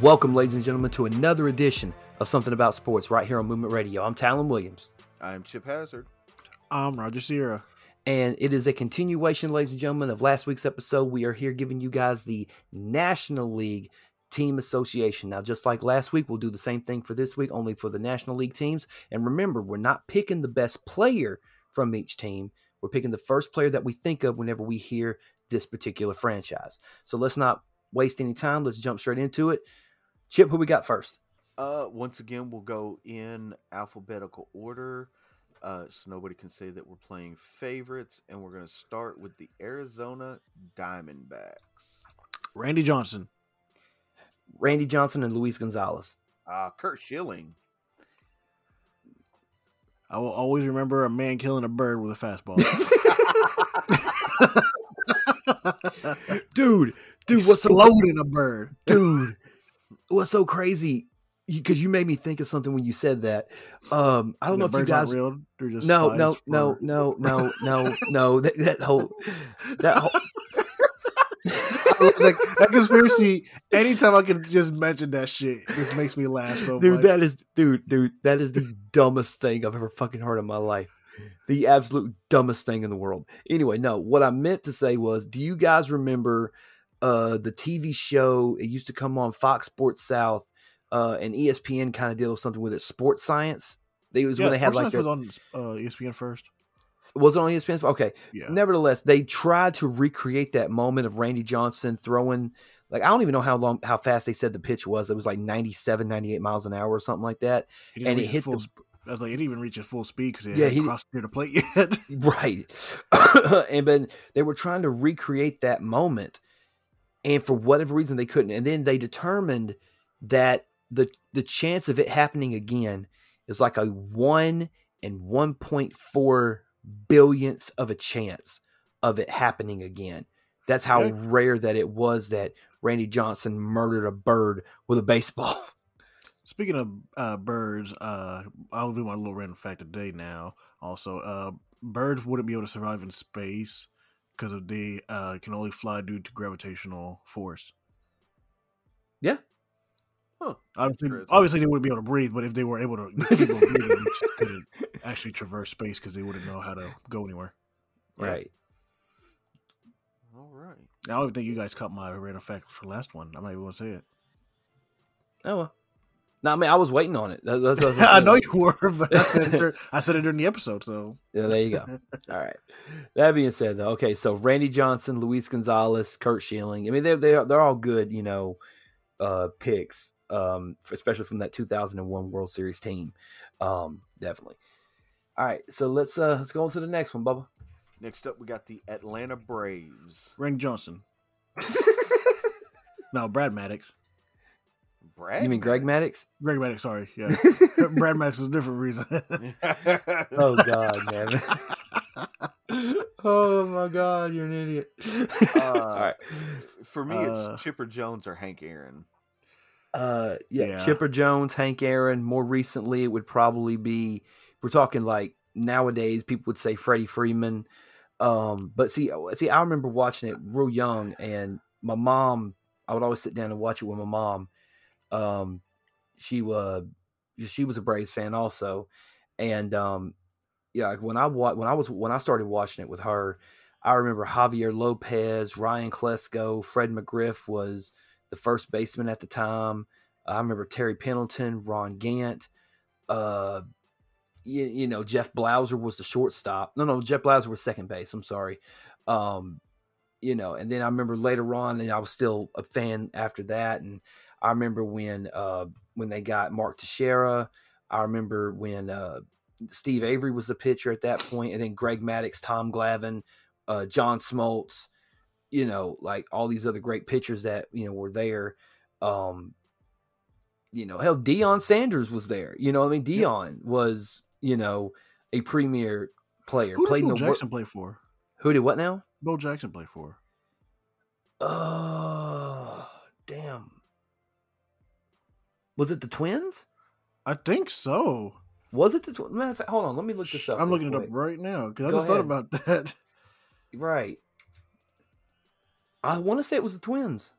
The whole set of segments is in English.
Welcome, ladies and gentlemen, to another edition of Something About Sports right here on Movement Radio. I'm Talon Williams. I'm Chip Hazard. I'm Roger Sierra. And it is a continuation, ladies and gentlemen, of last week's episode. We are here giving you guys the National League Team Association. Now, just like last week, we'll do the same thing for this week, only for the National League teams. And remember, we're not picking the best player from each team. We're picking the first player that we think of whenever we hear this particular franchise. So let's not waste any time. Let's jump straight into it. Chip, who we got first? Uh, once again, we'll go in alphabetical order, uh, so nobody can say that we're playing favorites. And we're going to start with the Arizona Diamondbacks. Randy Johnson. Randy Johnson and Luis Gonzalez. Uh, Kurt Schilling. I will always remember a man killing a bird with a fastball. Dude, dude, what's so Exploding a bird. dude what's so crazy because you made me think of something when you said that um i don't And know the if you birds aren't guys real. They're just no spies no for- no no no no no that, that whole that whole like that conspiracy. Anytime I can just mention that shit, just makes me laugh so dude much. that is dude dude that is the dumbest thing i've ever fucking heard in my life the absolute dumbest thing in the world anyway no what i meant to say was do you guys remember uh the tv show it used to come on fox sports south uh and espn kind of did something with it sports science they was yeah, when they had like Sports Center their, was on uh, ESPN first. was it on E ESPN? Okay. Yeah. Nevertheless, they tried to recreate that moment of Randy Johnson throwing like I don't even know how long how fast they said the pitch was. It was like 97, 98 miles an hour or something like that. He didn't and it reach his hit the- full. sp- I was like, it didn't even reach its full speed because it Yeah, yeah, he- hadn't crossed near the plate yet. Right. and then they were trying to recreate that moment. And for whatever reason they couldn't. And then they determined that the the chance of it happening again is like a one and one point four billionth of a chance of it happening again. That's how Yeah. rare that it was that Randy Johnson murdered a bird with a baseball. Speaking of uh, birds, uh, I'll do my little random fact today now. Also, uh, birds wouldn't be able to survive in space because they uh, can only fly due to gravitational force. Yeah. Huh. Obviously, Interesting. obviously, they wouldn't be able to breathe, but if they were able to keep on breathing, they just couldn't actually traverse space because they wouldn't know how to go anywhere. Yeah. Right. All right. I don't even think you guys caught my random fact for last one. I'm not even going to say it. Oh well. No, I mean I was waiting on it. That- that's what was I saying. know you were, but I said, it dur- I said it during the episode, so. Yeah, there you go. All right. That being said, though, okay, so Randy Johnson, Luis Gonzalez, Kurt Schilling. I mean, they're they're they're all good, you know, uh, picks, um, f- especially from that 2001 World Series team, um, definitely. All right, so let's uh let's go on to the next one, Bubba. Next up, we got the Atlanta Braves. Randy Johnson. No, Brad Maddox. Brad. you mean Greg Maddox? Greg Maddox, sorry. Yeah. Brad Maddox is a different reason. Maddox? Oh God, man. oh my God, you're an idiot. all right. For me, Uh, it's Chipper Jones or Hank Aaron. Uh, yeah, Yeah. Chipper Jones, Hank Aaron. More recently, it would probably be if we're talking like nowadays, people would say Freddie Freeman. Um, but see, see, I remember watching it real young, and my mom, I would always sit down and watch it with my mom. Um, she was she was a Braves fan also, and um, yeah, like when I wa- when I was when I started watching it with her, I remember Javier Lopez, Ryan Klesko, Fred McGriff was the first baseman at the time. I remember Terry Pendleton, Ron Gant, uh, you, you know Jeff Blauser was the shortstop. No, no, Jeff Blauser was second base. I'm sorry. Um, you know, and then I remember later on, and I was still a fan after that. And I remember when uh, when they got Mark Teixeira. I remember when uh, Steve Avery was the pitcher at that point, and then Greg Maddox, Tom Glavine, uh, John Smoltz. You know, like all these other great pitchers that you know were there. Um, you know, hell, Dion Sanders was there. You know, what I mean, Dion was you know a premier player. Who did played in Bo the wor- Jackson play for? who did what now? Bo Jackson play for? Oh, damn. Was it the twins? I think so. Was it the twins? Matter of fact, hold on. Let me look this up. I'm real looking it quick. up right now because I Go just thought about that. Right. I want to say it was the twins.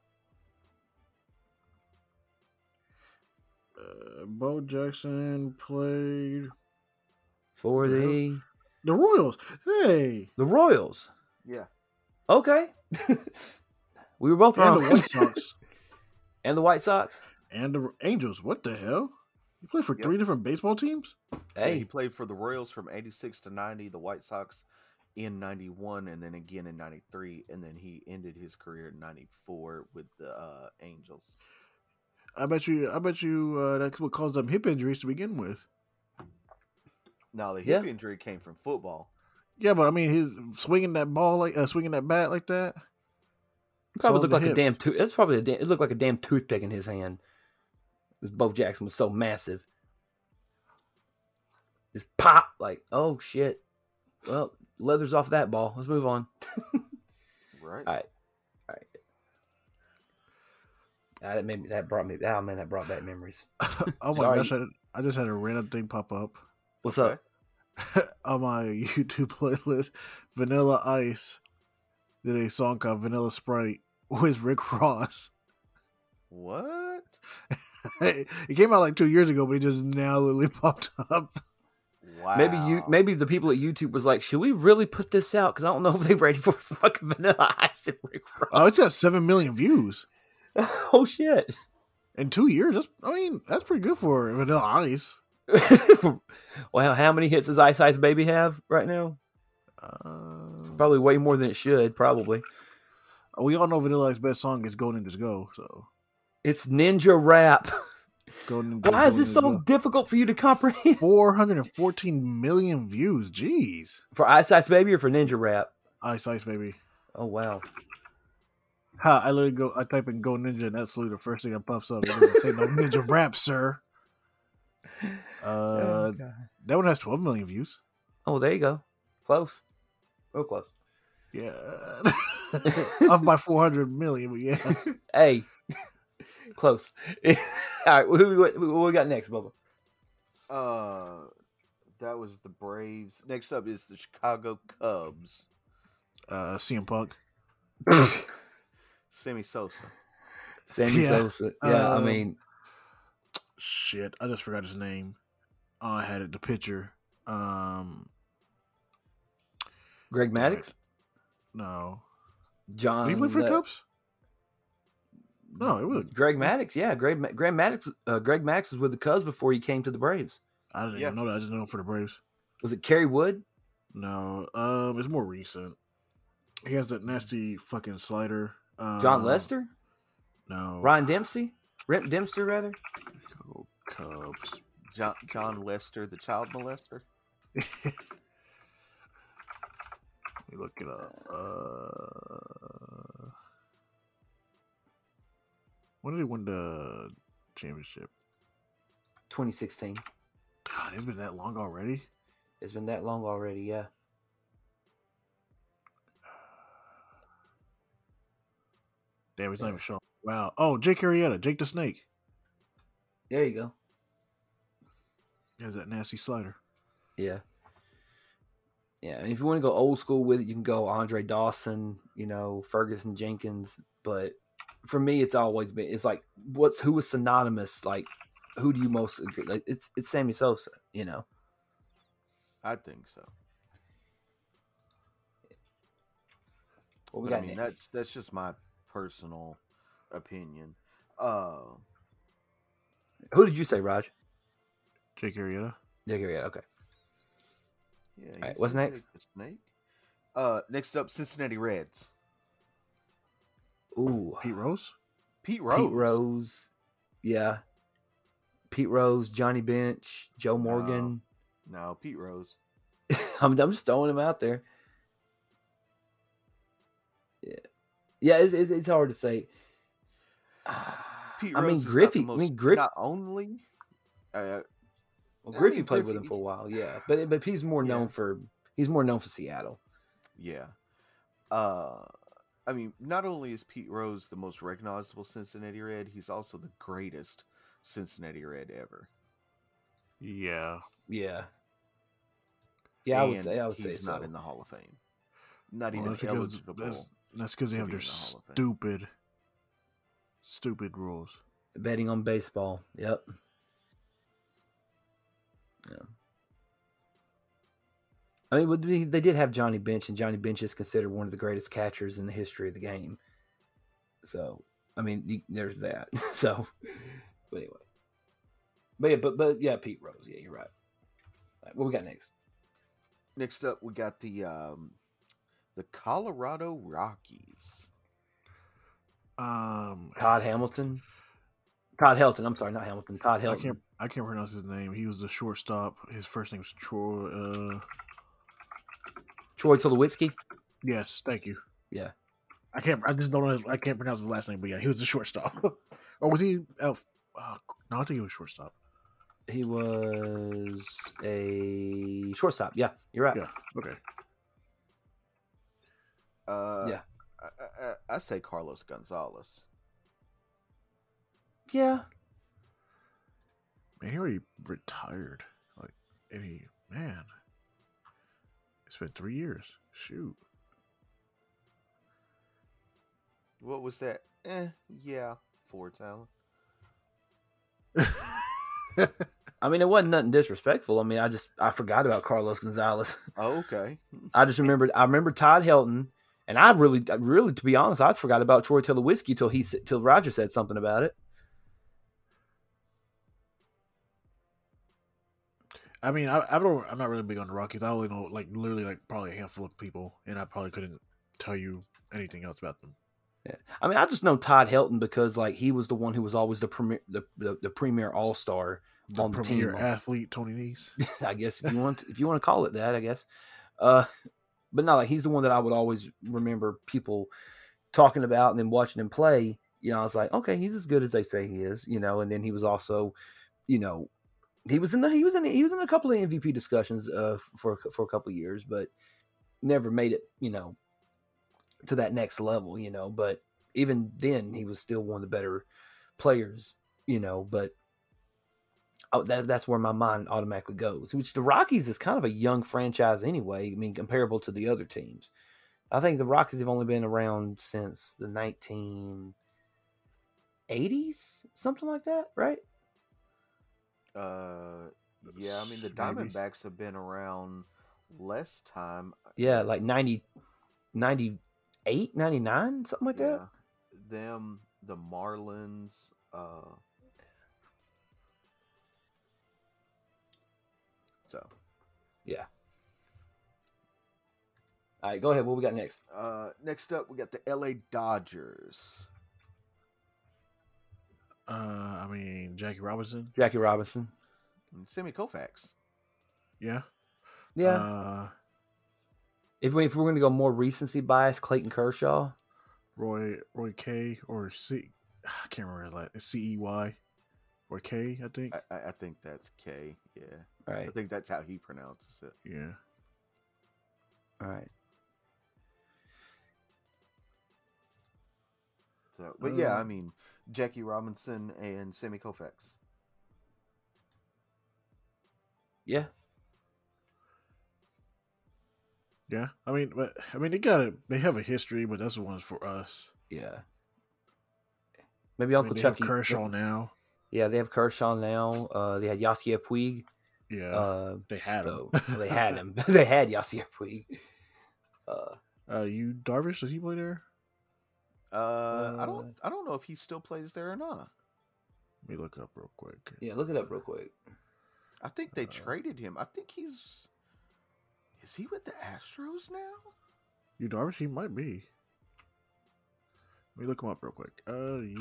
Uh, Bo Jackson played for Yeah. the the Royals. Hey, the Royals. Yeah. Okay, we were both and wrong. the White Sox and the White Sox. and the Angels. What the hell? You played for Yep. three different baseball teams. Yeah, he Hey, played for the Royals from 86 to 90, the White Sox in 91, and then again in 93. And then he ended his career in 94 with the uh, Angels. I bet you. I bet you uh, that's what caused them hip injuries to begin with. Now, the Yeah. hip injury came from football. Yeah, but I mean, he's swinging that ball like uh, swinging that bat like that. probably So looked the like a hips. damn tooth. It's probably a damn, it looked like a damn toothpick in his hand. Because Bo Jackson was so massive, just pop like oh shit. Well, leathers off that ball. Let's move on. Right. I- Ah, that made me, that brought me. Oh man, that brought back memories. oh my Sorry. gosh! I, I just had a random thing pop up What's Okay. up? on my YouTube playlist. Vanilla Ice did a song called "Vanilla Sprite" with Rick Ross. What? it came out like two years ago, but it just now literally popped up. Wow. Maybe you, maybe the people at YouTube was like, should we really put this out? Because I don't know if they're ready for fucking Vanilla Ice and Rick Ross. Oh, it's got seven million views oh shit! in two years. That's I mean, that's pretty good for Vanilla Ice. well, how many hits does Ice Ice Baby have right now? Uh, Probably way more than it should. Probably. we all know Vanilla Ice's best song is "Golden Just Go." So It's ninja rap. Golden. Ninjas Why is Go, this Ninjas so Go. difficult for you to comprehend? 414 million views. Jeez. For Ice Ice Baby or for ninja rap? Ice Ice Baby. Oh wow. Ha, I literally go, I type in Go Ninja and that's literally the first thing that pops up. It doesn't say no Ninja Rap, sir. Uh, that one has 12 million views. oh, there you go. Close. Real close. Yeah. Up by 400 million, but yeah. Hey, close. All right, who, we- what, what we got next, Bubba? Uh, that was the Braves. Next up is the Chicago Cubs. Uh, CM Punk. Sammy Sosa. Sammy Yeah, Sosa. Yeah, I um, mean, Shit, I just forgot his name. Oh, I had it, the picture. Um, Greg Maddox, no. John. Did he play for the uh, Cubs? No, it was. Greg Maddox. Yeah, Greg Ma- Greg Maddox. Uh, Greg Maddox was with the Cubs before he came to the Braves. I didn't Yeah. even know that. I just know him for the Braves. Was it Kerry Wood? No, um, it's more recent. He has that nasty fucking slider. Um, John Lester? No, Ryan Dempsey? Rip Dempster rather? Chicago Cubs. John, John Lester, the child molester. Let me look it up. Uh, when did he win the championship? 2016. God, it's been that long already. It's been that long already. Yeah. Damn, his Yeah. name is Sean. Wow. Oh, Jake Arrieta, Jake the Snake. There you go. He has that nasty slider. Yeah. Yeah. and if you want to go old school with it, you can go Andre Dawson, you know, Ferguson Jenkins. But for me, it's always been it's like what's who is synonymous, like who do you most agree? Like it's it's Sammy Sosa, you know. I think so. What we But, got I mean, next? that's that's just my personal opinion. Uh, Who did you say, Raj? Jake Arrieta. Yeah, yeah, okay. yeah. you right, what's said next? Jake the Snake. Uh, next up, Cincinnati Reds. Ooh. Uh, Pete Rose. Pete Rose. Pete Rose. Yeah. Pete Rose, Johnny Bench, Joe Morgan. No, Pete Rose. I'm, I'm just throwing him out there. Yeah. Yeah, it's, it's, it's hard to say. Pete I Rose mean, is not the Griffey. I most- mean, Griffey. Not only. Uh, well, I Griffey mean, played with Griffey- him for a while, yeah. But but he's more known Yeah. for he's more known for Seattle. yeah. Uh, I mean, not only is Pete Rose the most recognizable Cincinnati Red, he's also the greatest Cincinnati Red ever. Yeah. Yeah. Yeah, I would And say I would say he's not so. in the Hall of Fame. Not Well, even that's because eligible. that's, that's because they to have be their in the Hall of Fame. stupid, stupid rules. Betting on baseball. Yep. I mean, but they they did have Johnny Bench, and Johnny Bench is considered one of the greatest catchers in the history of the game. So, I mean, you, there's that. So, but anyway, but yeah, but but yeah, Pete Rose. Yeah, you're right. All right, what we got next? Next up, we got the um, the Colorado Rockies. Um, Todd Hamilton. Todd Helton. I'm sorry, not Hamilton. Todd I Helton. can't I can't pronounce his name. He was the shortstop. His first name's Troy. Uh, Troy Tulowitzki. yes, thank you. Yeah. I can't. I just don't know. His, I can't pronounce his last name, but yeah, he was the shortstop. or was he? Elf? Uh, no, I think he was shortstop. He was a shortstop. Yeah, you're right. Yeah. Okay. Uh, Yeah. I, I- I, I say Carlos Gonzalez. yeah. Man, he already retired. Like, and he man, it's been three years. Shoot. What was that? Eh, yeah, four talent. I mean, it wasn't nothing disrespectful. I mean, I just I forgot about Carlos Gonzalez. Oh, okay. I just remembered I remember Todd Helton, and I really, I really, to be honest, I forgot about Troy Tulowitzki till he s- till Roger said something about it. I mean, I, I don't. I'm not really big on the Rockies. I only know like literally like probably a handful of people, and I probably couldn't tell you anything else about them. Yeah. I mean, I just know Todd Helton because like he was the one who was always the premier, the the, the premier all star. The On the team, premier like- athlete, Tony Nese. I guess if you want if you want to call it that, I guess. Uh, but no, like he's the one that I would always remember people talking about and then watching him play. You know, I was like, okay, he's as good as they say he is. You know, and then he was also, you know, he was in the he was in he was in a couple of MVP discussions uh for for a couple of years, but never made it. You know, to that next level. You know, but even then, he was still one of the better players. You know, but oh, that, that's where my mind automatically goes. Which the Rockies is kind of a young franchise anyway. I mean, comparable to the other teams. I think the Rockies have only been around since the 1980s, something like that, right? Uh, yeah, I mean the Maybe. Diamondbacks have been around less time. uh, Yeah, like 90, 98, 99, something like that. Them, the Marlins. Uh, so, All right, go ahead. What we got next? uh, next up we got the L.A. Dodgers. Uh, I mean Jackie Robinson. Jackie Robinson. And Sammy Koufax. Yeah. Yeah. Uh, if, we, if we're going to go more recency bias, Clayton Kershaw. Roy Roy K or C. I can't remember that. C E Y or K. I think. I, I, I think that's K. Yeah, All right. I think that's how he pronounces it. yeah. All right. So, but yeah, Uh, I mean Jackie Robinson and Sammy Koufax. Yeah. Yeah. I mean, but I mean they got a they have a history, but that's the ones for us. Yeah. Maybe I Uncle mean, they have Chucky. Kershaw now. Yeah, they have Kershaw now. Uh, they had Yasier Puig. Yeah. Uh, they had him. so they had him. they had Yasier Puig. Uh, Uh, you Darvish? Does he play there? Uh, I don't, Uh, I don't know if he still plays there or not. Let me look up real quick. yeah, look it up real quick. I think they Uh, traded him. I think he's. Is he with the Astros now? You Darvish? He might be. Let me look him up real quick. Uh, you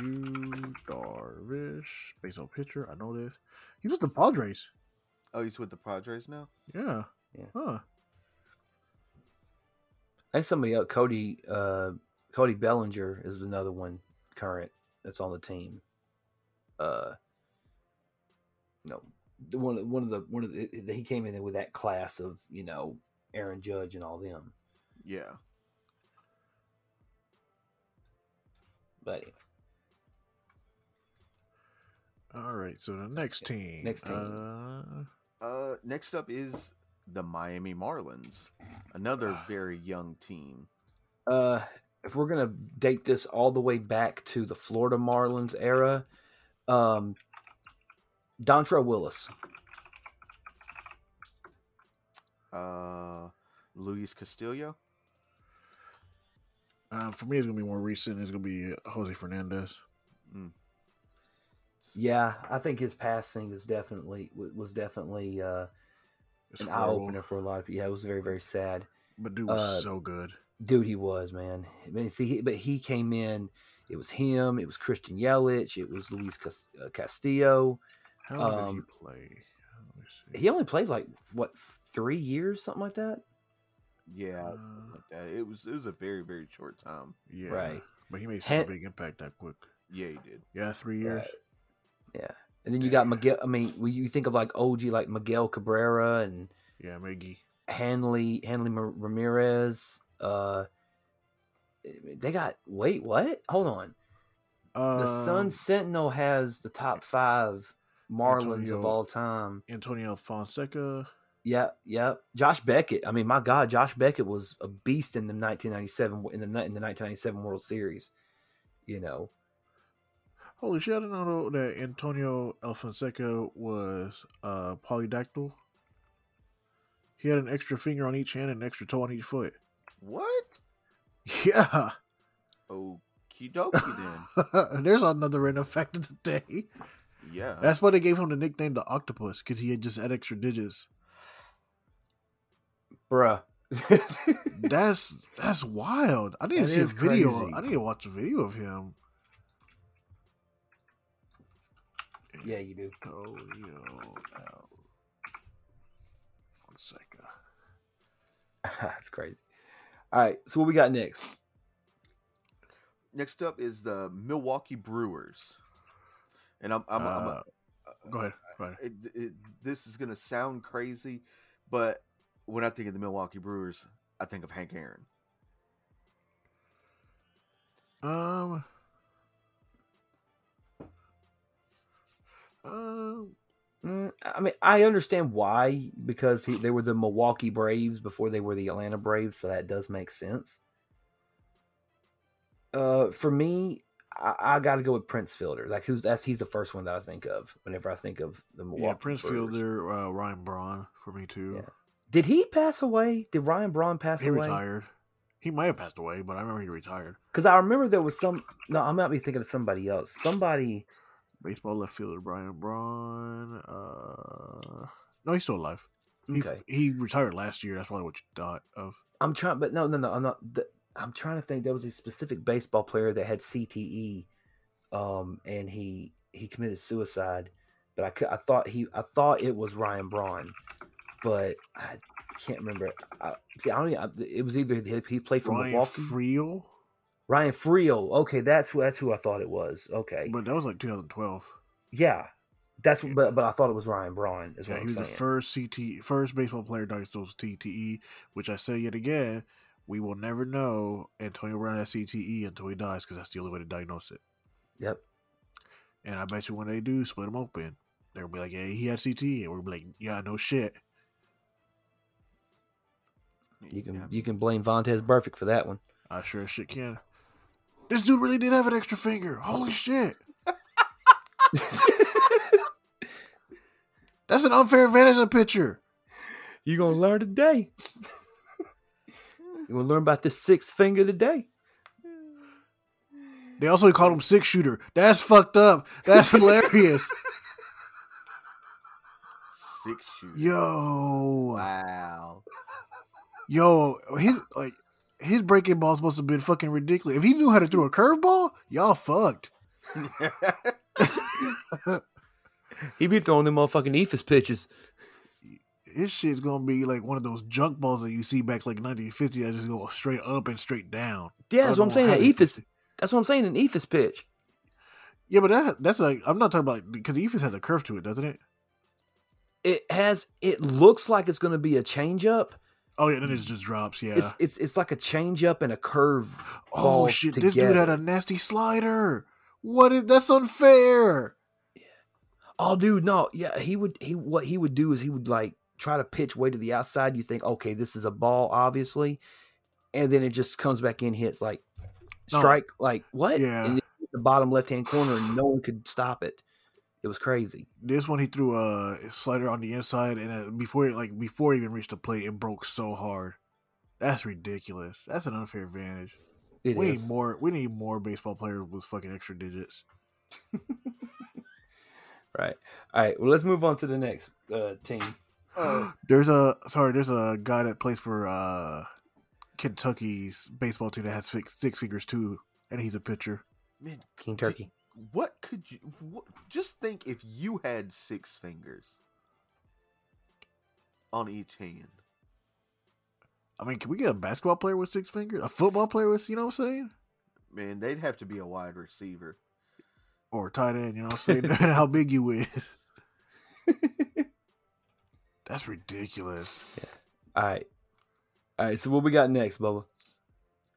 Darvish, baseball pitcher. I know this. He was the Padres. Oh, he's with the Padres now. Yeah. Yeah. Huh. I think somebody else, Cody, uh, Cody Bellinger is another one current that's on the team. Uh, no, the one, of- one of the one of the he came in with that class of you know Aaron Judge and all them. Yeah. But anyway, All right. So the next team. next team. Uh, Uh, next up is the Miami Marlins, another very young team. uh, if we're gonna date this all the way back to the Florida Marlins era, um, Dontre Willis. uh, Luis Castillo. Uh, for me, it's gonna be more recent. It's gonna be Jose Fernandez. Mm, Yeah, I think his passing is definitely wa- was definitely uh, It's an eye horrible, opener for a lot of people. Yeah, it was very very sad. but dude was Uh, so good. Dude, he was man. I mean, see, he, but he came in. It was him. It was Christian Yelich. It was Luis Cas- uh, Castillo. How long did um, he play? Let me see. He only played like what three years, something like that. Yeah, Uh, like that. It was it was a very very short time. yeah, Right. But he made such Hen- a big impact that quick. Yeah, he did. Yeah, three years. Right. And then you got Damn. Miguel. I mean, when you think of like OG, like Miguel Cabrera and Yeah, Miggy. Hanley Hanley Mar- Ramirez. Uh, they got wait what? Hold on. The Um, Sun Sentinel has the top five Marlins of Antonio- all time. Antonio Fonseca. Yep, yep. Josh Beckett. I mean, my God, Josh Beckett was a beast in the 1997 in the ni- in the 1997 World Series. You know, Holy shit! I didn't know that Antonio Alfonseca was uh, polydactyl. He had an extra finger on each hand and an extra toe on each foot. What? Yeah, Okie dokie there's another random fact of the day. then. Yeah. That's why they gave him the nickname the octopus because he had just had extra digits. bruh. That's that's wild. I need That to see a is video. crazy. I need to watch a video of him. yeah, you do. Antonio Al- Fonseca. That's crazy. All right, so what we got next? Next up is the Milwaukee Brewers, and I'm I'm, I'm Uh, Go ahead. Go ahead. it, it, this is gonna sound crazy, but when I think of the Milwaukee Brewers, I think of Hank Aaron. Um. Um. Mm, I mean, I understand why because he, they were the Milwaukee Braves before they were the Atlanta Braves, so that does make sense. Uh, for me, I, I got to go with Prince Fielder. Like, who's that's he's the first one that I think of whenever I think of the Milwaukee. Yeah, Prince Brewers. Fielder, uh, Ryan Braun for me too. Yeah. Did he pass away? Did Ryan Braun pass He away? retired. He might have passed away, but I remember he retired. Because I remember there was some. No, I might be thinking of somebody else. Somebody. Baseball left fielder Brian Braun. Uh, no, he's still alive. He, Okay. he retired last year. That's probably what you thought of. I'm trying, but no, no, no. I'm not. The, I'm trying to think. There was a specific baseball player that had CTE, um, and he he committed suicide. But I could, I thought he, I thought it was Ryan Braun, but I can't remember. I, see, I don't. Even, I- it was either he, he played for Ryan Milwaukee, Friel, Ryan Friel. Okay, that's who that's who I thought it was. Okay, but that was like 2012. yeah, that's what- but but I thought it was Ryan Braun. Is Yeah, what he I'm was saying. the first CT, first baseball player diagnosed with TTE, which I say yet again, we will never know Antonio Brown has CTE until he dies because that's the only way to diagnose it. Yep. And I bet you when they do split him open, they'll be like, "Yeah, he had CTE," and we'll be like, "Yeah, no shit." You can Yeah. you can blame Vontez Perfect for that one. I sure as shit can. This dude really did have an extra finger. Holy shit! That's an unfair advantage of pitcher. You're gonna learn today. You're gonna learn about the sixth finger today. They also called him six shooter. That's fucked up. That's hilarious. Six shooters. Yo. Wow. Yo, his like his breaking balls must have been fucking ridiculous. If he knew how to throw a curveball, y'all fucked. He be throwing them motherfucking Ephus pitches. His shit's gonna be like one of those junk balls that you see back like 1950 that just go straight up and straight down. Yeah, that's what I'm I don't saying. know An how they- Ephus. That's what I'm saying. An Ephus pitch. Yeah, but that that's like I'm not talking about because the Ephus has a curve to it, doesn't it? It has. It looks like it's gonna be a changeup. Oh yeah, then it just drops. Yeah. It's it's it's like a changeup and a curve. oh all shit, this dude had together. a nasty slider. What is that's unfair? Oh, dude, no, yeah, he would. He what he would do is he would like try to pitch way to the outside. You think, okay, this is a ball, obviously, and then it just comes back in, hits like No. strike, like what? Yeah. And it hit the bottom left hand corner, and no one could stop it. It was crazy. This one he threw a slider on the inside, and uh, before it, like before he even reached the plate, it broke so hard. That's ridiculous. That's an unfair advantage. It we is. need more. We need more baseball players with fucking extra digits. Right. All right. Well, let's move on to the next uh, team. Oh, there's a sorry. There's a guy that plays for uh, Kentucky's baseball team that has six, six figures too, and he's a pitcher. Man, King Did- Turkey. what could you? What, just think if you had six fingers on each hand. I mean, can we get a basketball player with six fingers? A football player with you know what I'm saying? Man, they'd have to be a wide receiver. Or tight end? You know what I'm saying? Depending on how big you is. That's ridiculous. All right. All right. So what we got next, Bubba?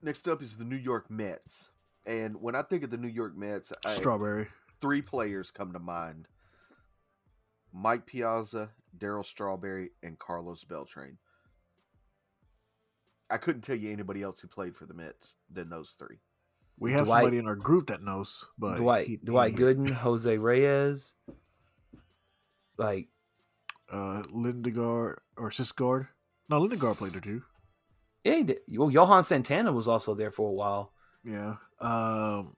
Next up is the New York Mets. And when I think of the New York Mets, I, Strawberry. three players come to mind Mike Piazza, Daryl Strawberry, and Carlos Beltran. I couldn't tell you anybody else who played for the Mets than those three. We have Dwight- somebody in our group that knows, but Dwight. he- Dwight he- Gooden, Jose Reyes. Like uh, Lindegaard or Sisgard. No, Lindegaard played there too. yeah, he did. well, Johan Santana was also there for a while. Yeah. Um,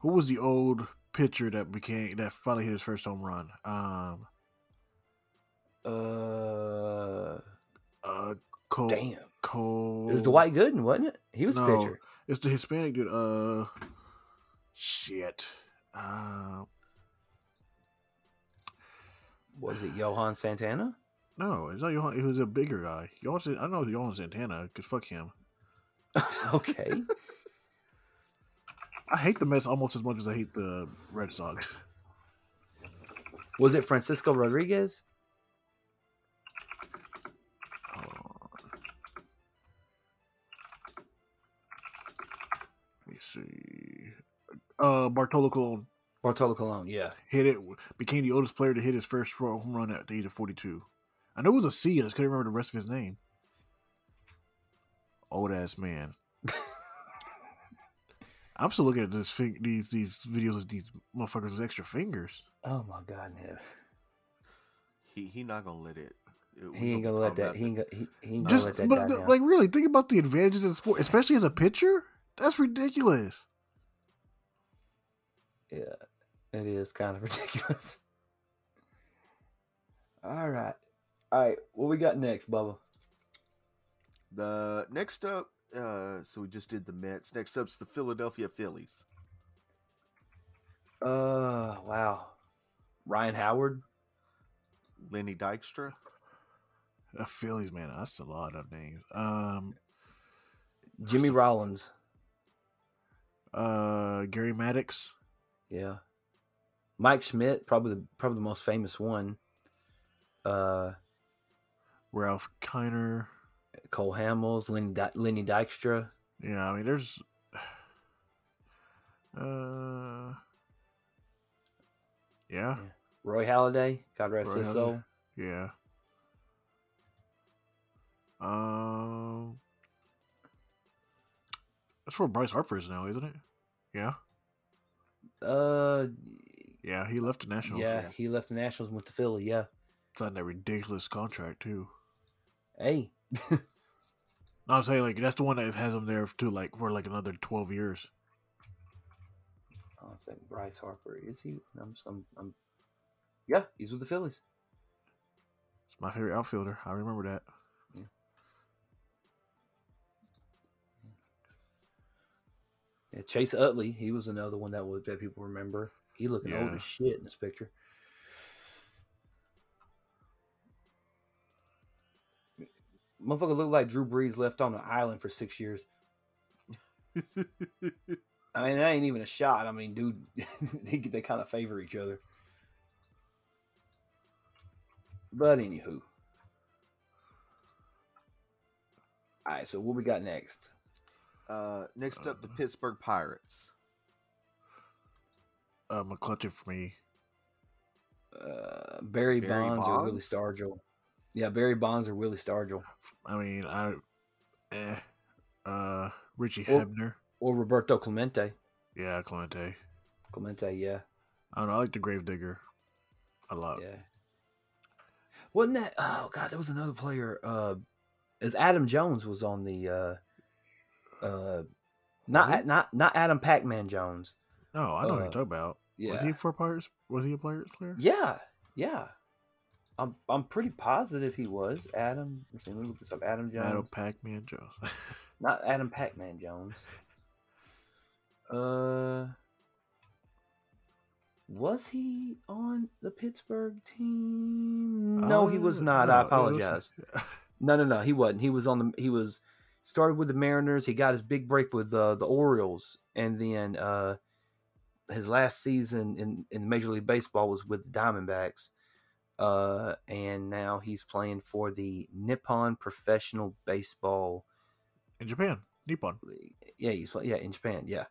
who was the old pitcher that became that finally hit his first home run? Um, Uh, uh, Cole. damn. Cole. It was Dwight Gooden, wasn't it? He was a No. pitcher. It's the Hispanic dude. Uh, shit. Uh, Was it Johan Santana? no, it's not Johan. It was a bigger guy. Johan, San- I know it's Johan Santana because fuck him. okay. I hate the Mets almost as much as I hate the Red Sox. Was it Francisco Rodriguez? Let me see. Uh, Bartolo Colon Bartolo Colon. Yeah. hit it. Became the oldest player to hit his first home run at the age of 42. I know it was a C. I just couldn't remember the rest of his name. Old ass man. I'm still looking at this fing- these these videos of these motherfuckers with extra fingers. Oh my goodness. He he not gonna let it. it- we He ain't gonna gonna be let talking that. about He ain't gonna, he, he ain't gonna Just let that die but the- down. like really think about the advantages in sport, especially as a pitcher. That's ridiculous. It is kind of ridiculous. All right. All right. What we got next, Bubba? The next up, uh, so we just did the Mets. Next up's the Philadelphia Phillies. Uh, wow. Ryan Howard. Lenny Dykstra, The Uh, Phillies, man, that's a lot of names. Um, Jimmy Rollins. uh, Gary Maddox. Yeah. Mike Schmidt, probably the probably the most famous one. Uh, Ralph Kiner. Cole Hamels, Lenny, Dy- Lenny Dykstra. Yeah, I mean, there's. Uh, yeah, Roy Halladay, God rest Roy his Halladay. soul. yeah. Um, that's where Bryce Harper is now, isn't it? Yeah, Uh, yeah. He left the Nationals. yeah, he left the Nationals, and went to Philly. Yeah, signed that ridiculous contract too. hey, No, I'm saying like that's the one that has him there too, like for like another twelve years. I was like Bryce Harper. Is he? I'm, I'm, I'm, yeah, he's with the Phillies. It's my favorite outfielder. I remember that. Yeah, Chase Utley, he was another one that was that people remember. He looking old Yeah. as shit in this picture. Motherfucker looked like Drew Brees left on an island for six years. I mean, that ain't even a shot. I mean, dude, they, they kind of favor each other. But anywho, all right. So what we got next? uh, next up the Uh-huh. Pittsburgh Pirates. Uh, McClutchin for me. uh, Barry, Barry Bonds, or Willie Bonds? Stargell. Yeah, Barry Bonds or Willie Stargell I mean, I, eh, uh, Richie Well- Hebner. or Roberto Clemente. Yeah, Clemente. Clemente, yeah. I don't know. I like the Gravedigger a lot. Yeah. Wasn't that? Oh God, there was another player. Uh, as Adam Jones was on the. Uh, uh, not Was he? not not Adam Pac-Man Jones. No, I know what Uh, you're talking about. Was Yeah. he for players? Was he a players player? Yeah. Yeah. I'm I'm pretty positive he was Adam. let's see, Let me look this up. Adam Jones. Adam Pac-Man Jones. Not Adam Pac-Man Jones. Uh, was he on the Pittsburgh team? No, he was Uh, not. no, I it was- apologize. No, no, no, he wasn't. He was on the. He was started with the Mariners. He got his big break with uh, the Orioles, and then uh, his last season in in Major League Baseball was with the Diamondbacks. Uh, and now he's playing for the Nippon Professional Baseball In Japan, Nippon. yeah, he's play- yeah in Japan, yeah.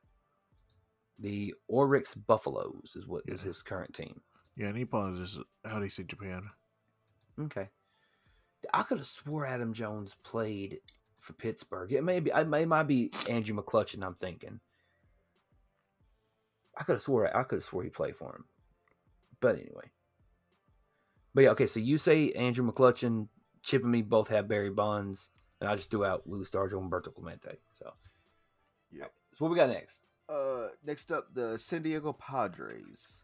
The Oryx Buffaloes is what is his current team. Yeah, Nippon is just how they say Japan. Okay, I could have swore Adam Jones played for Pittsburgh. It may be, I may might be Andrew McCutcheon. I'm thinking. I could have swore I could have swore he played for him, but anyway. But yeah, okay. So you say Andrew McCutcheon, Chip and me both have Barry Bonds, and I just threw out Willie Stargell and Berto Clemente. So Yep. So what we got next? Uh, next up, the San Diego Padres.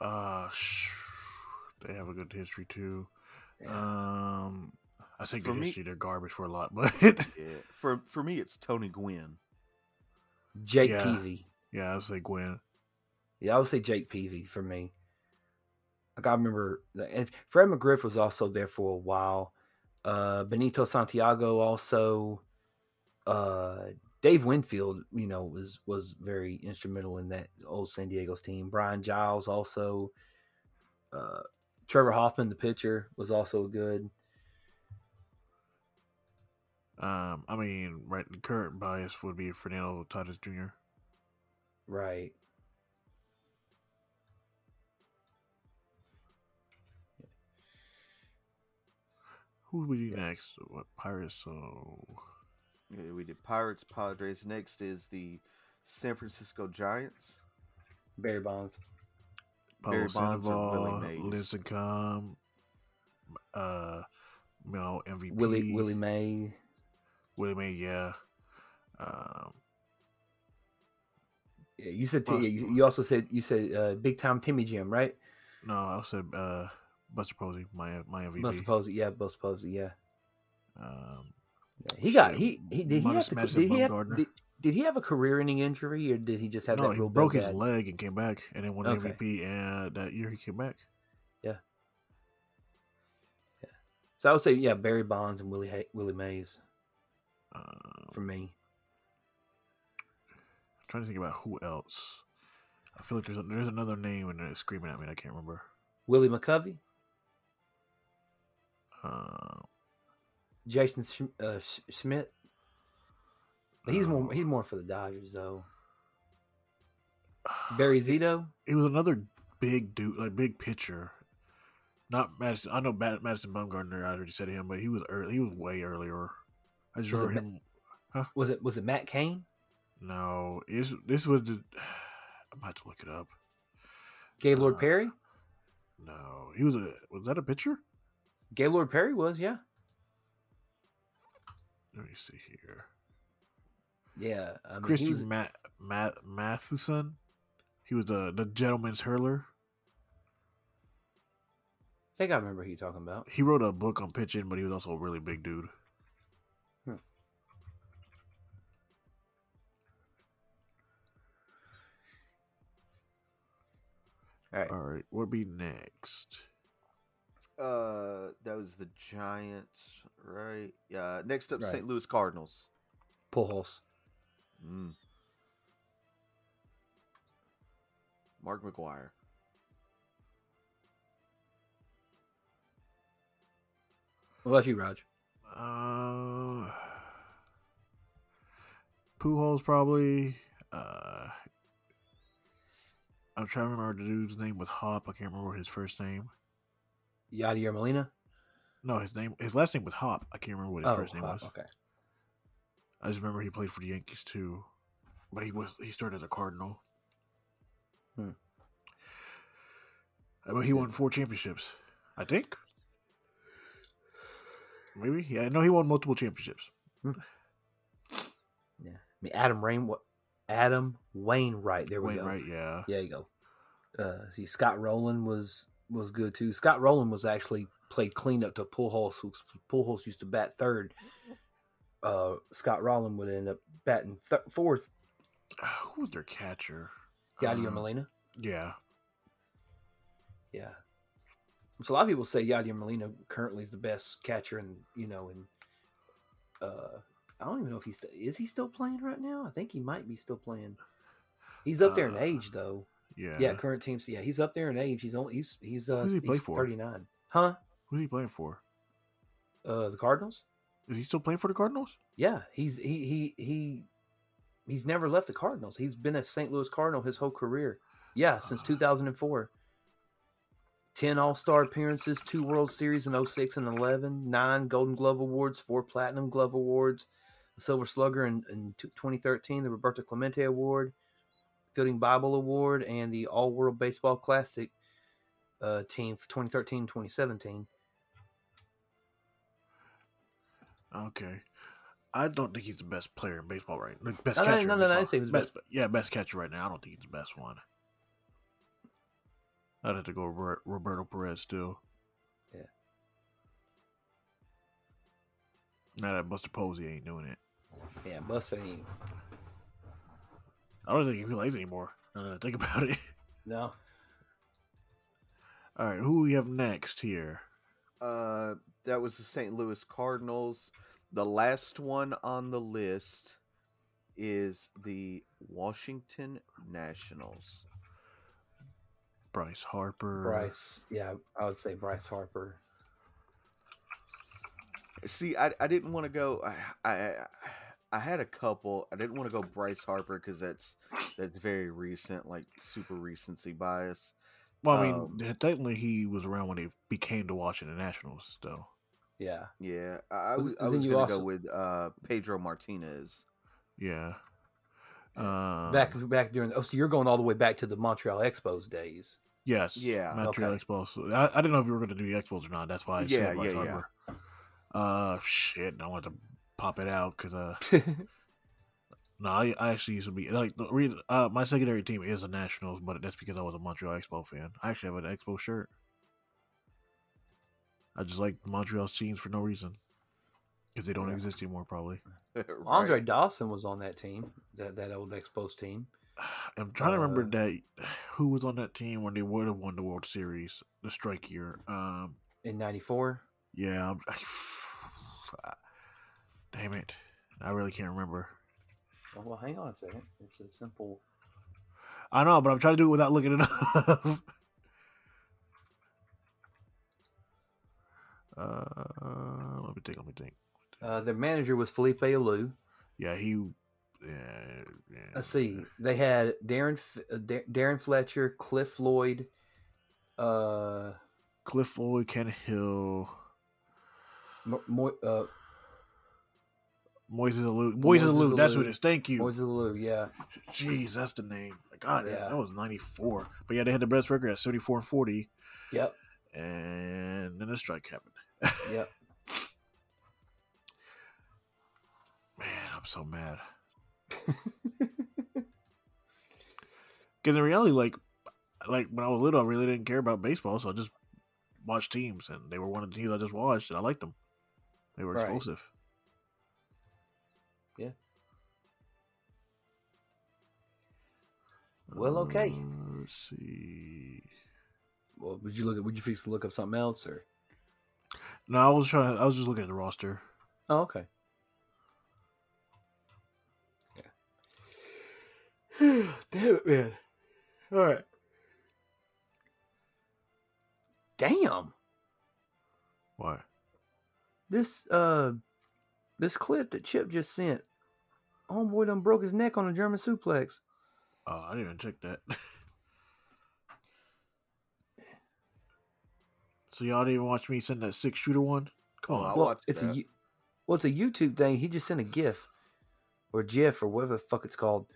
Uh, sh- they have a good history too. Um, I say For good me- history. They're garbage for a lot, but Yeah. For for me, it's Tony Gwynn. Jake Yeah. Peavy. yeah, I would say Gwen. Yeah, I would say Jake Peavy for me. Like I remember, and Fred McGriff was also there for a while. Uh, Benito Santiago also. Uh, Dave Winfield, you know, was was very instrumental in that old San Diego's team. Brian Giles also. Uh, Trevor Hoffman, the pitcher, was also good. Um, I mean, right, the current bias would be Fernando Tatis Jr. Right. Who would be next? What Pirates? So Yeah, We did Pirates, Padres. Next is the San Francisco Giants. Barry Bonds. Pablo Barry Bonds or Willie Sandoval, Mays? Lindsey Graham, uh, you know MVP Willie Willie May. Willie May, yeah. Um, Yeah, you said Well- yeah, you, you also said you said uh, big time Timmy Jim, right? no, I said uh, Buster Posey, my my MVP. Buster Posey, yeah, Buster Posey, yeah. Um, Yeah, He got Shit. he he did he Might have have to, smashed did that he have, Bumgarner. did, did he have a career-ending injury or did he just have no, that he real broke bad his bad- leg and came back, and then won Okay. MVP. And that year he came back. So I would say yeah, Barry Bonds and Willie Hay- Willie Mays Um, for me. I'm trying to think about who else. I feel like there's a, there's another name and it's screaming at me. and I can't remember. Willie McCovey, Uh, Jason Sch- uh, Sch- Schmidt. But he's more uh, he's more for the Dodgers though. Barry Zito, It was another big dude, like big pitcher. Not Madison. I know Mad- Madison Bumgarner. I already said him, but he was early. He was way earlier. I just Was it remember him. was it was it Matt Cain? No, it's, this was. The, I'm about to look it up. Gaylord Uh, Perry? No, he was a. Was that a pitcher? Gaylord Perry was yeah Let me see here. yeah. I mean, Christy he was, Ma- Ma- Matheson. He was the the gentleman's hurler. I think I remember who you're talking about. He wrote a book on pitching, but he was also a really big dude. All right. All right, what be next? Uh, that was the Giants, right? Yeah. Next up, Right. St. Louis Cardinals. Pujols. Mm. Mark McGuire. What about you, Raj? Uh, Pujols probably. Uh, I'm trying to remember the dude's name was Hop. I can't remember his first name. Yadier Molina. No, his name, his last name was Hop. I can't remember what his first name wow, was. Oh, okay. I just Hmm. remember he played for the Yankees too, but he was he started as a Cardinal. I mean, Uh, he won four championships, I think. Maybe. Yeah, I know he won multiple championships. Yeah. I mean, Adam Rain, Adam Wainwright. There we go. Wainwright, yeah. Yeah, you go. Uh, see, Scott Rowland was was good too. Scott Rowland was actually played cleanup to Pujols. who Pujols used to bat third. Uh, Scott Rowland would end up batting th- fourth. Who was their catcher? Yadier Um, Molina. Yeah. Yeah. Which a lot of people say Yadier Molina currently is the best catcher, and you know, and uh, I don't even know if he's st- is he still playing right now. I think he might be still playing. He's up there in Uh, age though. Yeah. Yeah, current teams. Yeah, he's up there in age. He's only he's he's uh Who does he play he's for? thirty nine. Huh? Who's he playing for? Uh, the Cardinals. Is he still playing for the Cardinals? Yeah, he's he he he he's never left the Cardinals. He's been a St. Louis Cardinal his whole career. Yeah, since Ah. 2004. 10 All-Star appearances, 2 World Series in 06 and 11, 9 Golden Glove awards, 4 Platinum Glove awards, the Silver Slugger in, in t- 2013, the Roberto Clemente award, Fielding Bible award and the All-World Baseball Classic uh, team for 2013-2017. Okay. I don't think he's the best player in baseball right now. Best No, no, catcher. in no, no, I didn't baseball. say he was best. Yeah, best catcher right now. I don't think he's the best one. I'd have to go Robert, Roberto Perez still. Yeah. Now that Buster Posey ain't doing it. Yeah, Buster ain't. I don't think he plays anymore. Now that I think about it. No. All right, who we have next here? Uh, that was the St. Louis Cardinals. The last one on the list is the Washington Nationals. Bryce Harper. Bryce. Yeah, I would say Bryce Harper. See, I, I didn't want to go. I, I I had a couple. I didn't want to go Bryce Harper because that's that's very recent, like super recency bias. Well, I mean, Um, yeah, technically he was around when he became the Washington Nationals, though. Yeah. Yeah, I, I Well, was, I then was you gonna also- go with uh, Pedro Martinez. Yeah. Um, back back during oh so you're going all the way back to the montreal expos days Yes. Yeah, Montreal okay. Expos. So I, I didn't know if you were going to do the Expos or not. That's why I Yeah, said Bryce yeah, yeah. Harper. Uh, shit. I wanted to pop it out because uh, no, I, I actually used to be like the reason. Uh, my secondary team is the Nationals, but that's because I was a Montreal Expo fan. I actually have an Expo shirt. I just like Montreal's teams for no reason because they don't Yeah. exist anymore, probably. Right? andre dawson was on that team that, that old expos team I'm trying to remember Uh, that who was on that team when they would have won the World Series, the strike year. Um, in 94 yeah, I'm, damn it, I really can't remember. Oh, well hang on a second it's a simple I know, but I'm trying to do it without looking it up. uh, let me think. Let me think. uh, their manager was felipe alou Yeah, he. Yeah, yeah. let's see they had darren F- uh, Da- darren fletcher cliff floyd uh, Cliff Floyd, Ken Hill, Mo- Mo- uh Moises Alou. Moises Moises Alou. That's who Alou. it is. Thank you. Moises Alou, yeah Jeez, that's the name. God, Yeah. that was 94. But yeah, they had the best record at 74 and 40, yep and then the strike happened. yep Man, I'm so mad. Because in reality, like, like when I was little, I really didn't care about baseball, so I just watched teams, and they were one of the teams I just watched, and I liked them. They were Right. explosive. Yeah. Well, okay. Uh, let's see. well would you look at would you fix to look up something else or No, I was trying. I was just looking at the roster. Oh, okay. Yeah. Damn it, man. All right. Damn. Why? This uh this clip that Chip just sent. Homeboy done broke his neck on a German suplex. Oh, I didn't even check that. so y'all didn't even watch me send that six shooter one? Come Oh, I on. well, watched it's a that. Yo- well, it's a YouTube thing. He just sent a GIF or GIF or whatever the fuck it's called.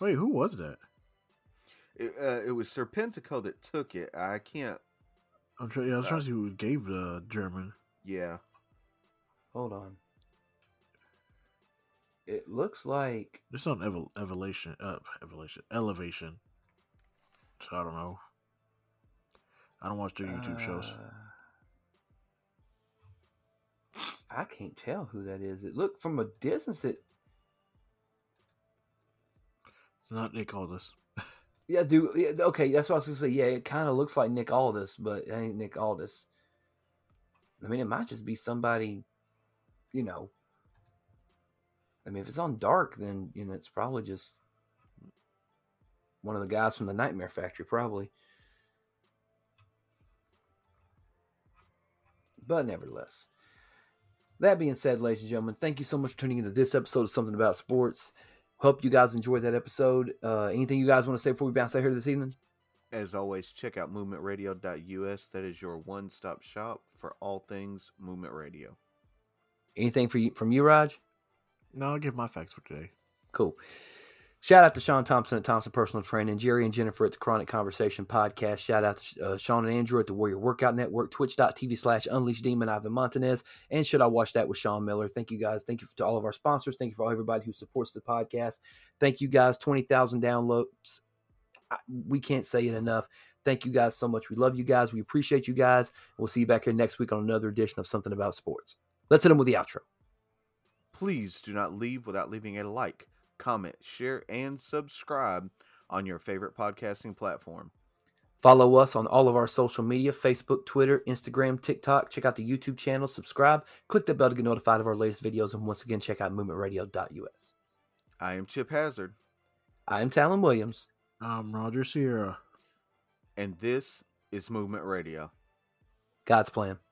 Wait, who was that? It, uh, it was Serpentico that took it. I can't. I'm trying. Yeah, I was trying to see who gave the German. Yeah. Hold on. It looks like It's on Evel- Evolution. Up Evolution. Elevation. So I don't know. I don't watch their YouTube shows. Uh, I can't tell who that is. It looked from a distance. It It's not they call this. yeah, dude. Yeah, okay, that's what I was gonna say. Yeah, it kind of looks like Nick Aldis, but it ain't Nick Aldis. I mean, it might just be somebody, you know. I mean, if it's on dark, then you know it's probably just one of the guys from the Nightmare Factory, probably. But nevertheless, that being said, ladies and gentlemen, thank you so much for tuning into this episode of Something About Sports. Hope you guys enjoyed that episode. Uh, anything you guys want to say before we bounce out here this evening? As always, check out movementradio.us. That is your one stop shop for all things movement radio. Anything for you, from you, Raj? No, I'll give my facts for today. Cool. Shout out to Sean Thompson at Thompson Personal Training, Jerry and Jennifer at the Chronic Conversation Podcast. Shout out to uh, Sean and Andrew at the Warrior Workout Network, twitch.tv slash Unleash Demon Ivan Montanez, and Should I Watch That with Sean Miller. Thank you guys. Thank you to all of our sponsors. Thank you for everybody who supports the podcast. Thank you guys. 20,000 downloads. I, we can't say it enough. Thank you guys so much. We love you guys. We appreciate you guys. We'll see you back here next week on another edition of Something About Sports. Let's hit them with the outro. Please do not leave without leaving a like, comment, share, and subscribe on your favorite podcasting platform. Follow us on all of our social media Facebook, Twitter, Instagram, TikTok. Check out the YouTube channel, subscribe, click the bell to get notified of our latest videos, and once again, check out movementradio.us. I am Chip Hazard, I am Talon Williams. Um, Roger Sierra. and this is Movement Radio. God's plan.